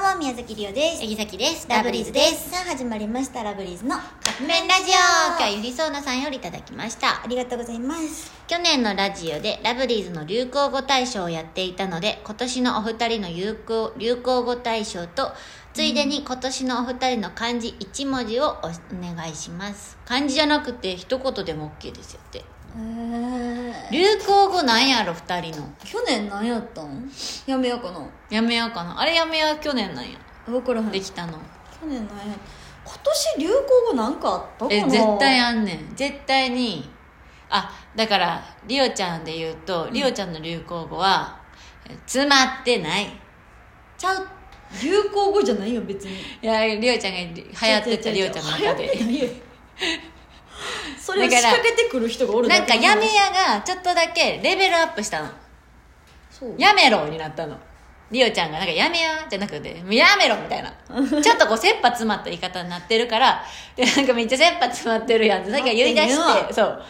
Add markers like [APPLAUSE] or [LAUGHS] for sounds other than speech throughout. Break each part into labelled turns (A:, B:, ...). A: は宮崎りおです
B: 杉崎です
A: ラブリーズですさあ始まりましたラブリーズの
B: カップ麺ラジオ今日ゆりそうなさんよりいただきました
A: ありがとうございます
B: 去年のラジオでラブリーズの流行語大賞をやっていたので今年のお二人の流行流行語大賞とついでに今年のお二人の漢字1文字をお願いします漢字じゃなくて一言でも OK ですよって
A: えー、
B: 流行語なんやろ二人の
A: 去年何やったんやめようかな
B: やめようかなあれやめよう去年なんや
A: 分からへん
B: で
A: 去
B: きたの
A: 年何や今年流行語なんかあったか
B: え
A: な
B: 絶対あんねん絶対にあだからリオちゃんで言うとリオちゃんの流行語は「え詰まってない」
A: ちゃう流行語じゃないよ別に
B: いやリオちゃんが流行ってたリオちゃんの中
A: 流行って
B: で
A: ない
B: [LAUGHS]
A: よそれを
B: だ
A: 仕
B: から
A: 掛けてくる人がおる
B: なんかやめ
A: や
B: やがちょっとだけレベルアップしたの
A: そう
B: 「やめろ」になったのリオちゃんがなんか「やめや」じゃなくて「もうやめろ」みたいなちょっとこう切羽詰まった言い方になってるからでなんかめっちゃ切羽詰まってるやんってさっきが言い出
A: なってんねん
B: し
A: わ
B: てそう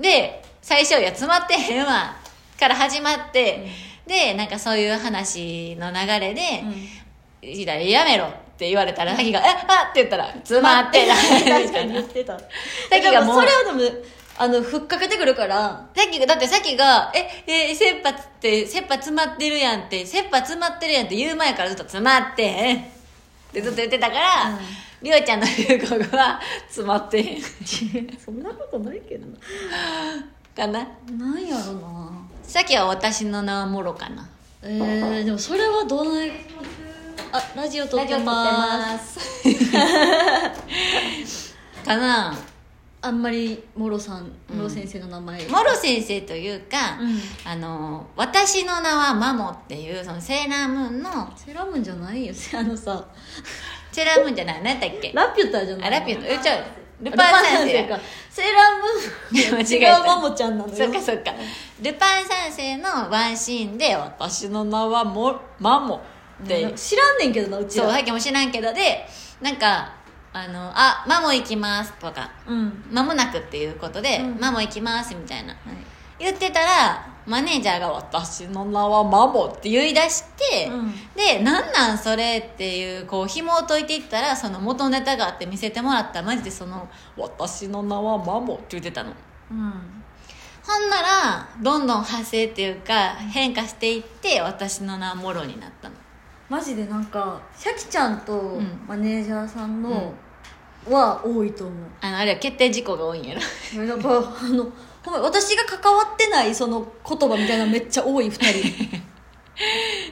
B: で最初「いや詰まってへんわ」から始まって、でなんかそういう話の流れで
A: うん
B: 「いややめろ」って言われたらさっきが「えあっ!」って言ったら「詰まってない」
A: [LAUGHS] 確かに言ってただ
B: け
A: から
B: が
A: も
B: も
A: う
B: う
A: それをでもあのふっかけてくるから
B: さっきが、だってさっきが、え、え、切羽つって、切羽詰まってるやんって、切羽詰まってるやんって言う前からずっと詰まってへん。ってずっと言ってたから、りょうちゃんの流行語は詰まってへん。
A: [LAUGHS] そんなことないけど
B: かな。
A: ななんやろな
B: さっきは私の名はもろかな。
A: えー、でもそれはどんなあラジオ撮ってます
B: す。かな。
A: あんまりもろさんもろ先生の名前、
B: もろ先生というか、
A: うん
B: あの、私の名はマモっていう、そのセーラームーンの、
A: セーラームーンじゃないよ [LAUGHS] あのさ
B: セーラームーンじゃない、何だっけ
A: ラピュタじゃない
B: あ、ラピューの、え、ちゃう、ル
A: ル
B: パ
A: パ
B: ン
A: ン
B: 三
A: 三
B: 世
A: 世
B: か
A: か。セーラームーン
B: 間違え
A: 違
B: た
A: うももちゃんなのよ
B: そっかそっかルパン三世のワンシーンで「私の名はもマモ」って
A: 知らんねんけどなうち
B: そう
A: ら
B: さっきも知らんけどでなんか「あのあマモ行きます」とか
A: うん
B: 「間もなく」っていうことで「
A: うん
B: マモ行きます」みたいな
A: はい
B: 言ってたらマネージャーが「私の名はマモ」って言い出して、
A: うん
B: で「なんなんそれ」っていうこう紐を解いていったらその元ネタがあって見せてもらったらマジでその「私の名はマモ」って言ってたの。
A: うん
B: ほんならどんどん派生っていうか変化していって私の名はもろになったの
A: マジでなんかシャキちゃんと
B: ん
A: マネージャーさんのは多いと思う
B: あのあれは決定事項が多いんやろ [LAUGHS]
A: やっぱあのごめん私が関わってないその言葉みたいなのめっちゃ多い2人
B: [LAUGHS]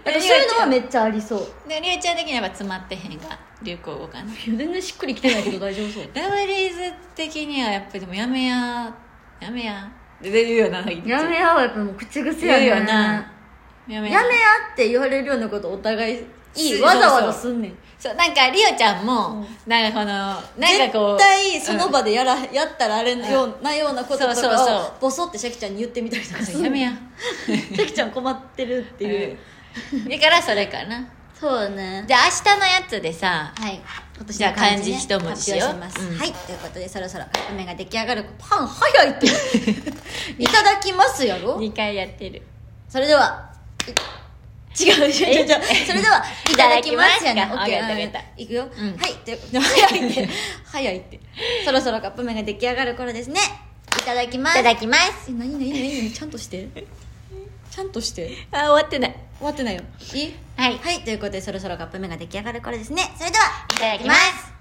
A: だからそういうのはめっちゃありそう
B: でりゅうちゃん的にはやっぱ詰まってへんが流行語かない
A: や全然しっくりきてないけど大丈夫そう
B: ラブリーズ的にはやっぱりでもやめややめやで言うよな
A: やめやはやっぱもう口癖や
B: 言う
A: ね
B: よなやめ
A: やめやって言われるようなことお互いい
B: す
A: いわざわざすんねん
B: そうなんかりおちゃんも、なんかこのなんかこ
A: 絶
B: う
A: 対その場でやら、やったらあれのようなようなこととかを
B: そうそうそう
A: ボソってシャキちゃんに言ってみたりとかす
B: うん
A: る
B: やめや [LAUGHS]
A: シャキちゃん困ってるっていう、
B: うんだからそれかな
A: そうだね
B: じゃあ明日のやつでさ
A: はい今年
B: じゃあ
A: の漢字,、
B: 漢字一文字しよう
A: 発表します、
B: うん
A: はいということでそろそろカップ麺が出来上がるパン早いって [LAUGHS] いただきますやろ
B: 2回やってる
A: それではい違う違う違う違う
B: [LAUGHS]
A: それではいただきますやね
B: いただきますかわかったわかった
A: いくよ、
B: ん
A: はいということ
B: [LAUGHS]
A: で早いって早いってそろそろカップ麺が出来上がる頃ですねいただきます
B: いただきます
A: え何何何何ちゃんとしてちゃんとして
B: あ終わってない
A: 終わってないよいい
B: はい
A: はいということでそろそろカップ麺が出来上がる頃ですねそれではい
B: ただきます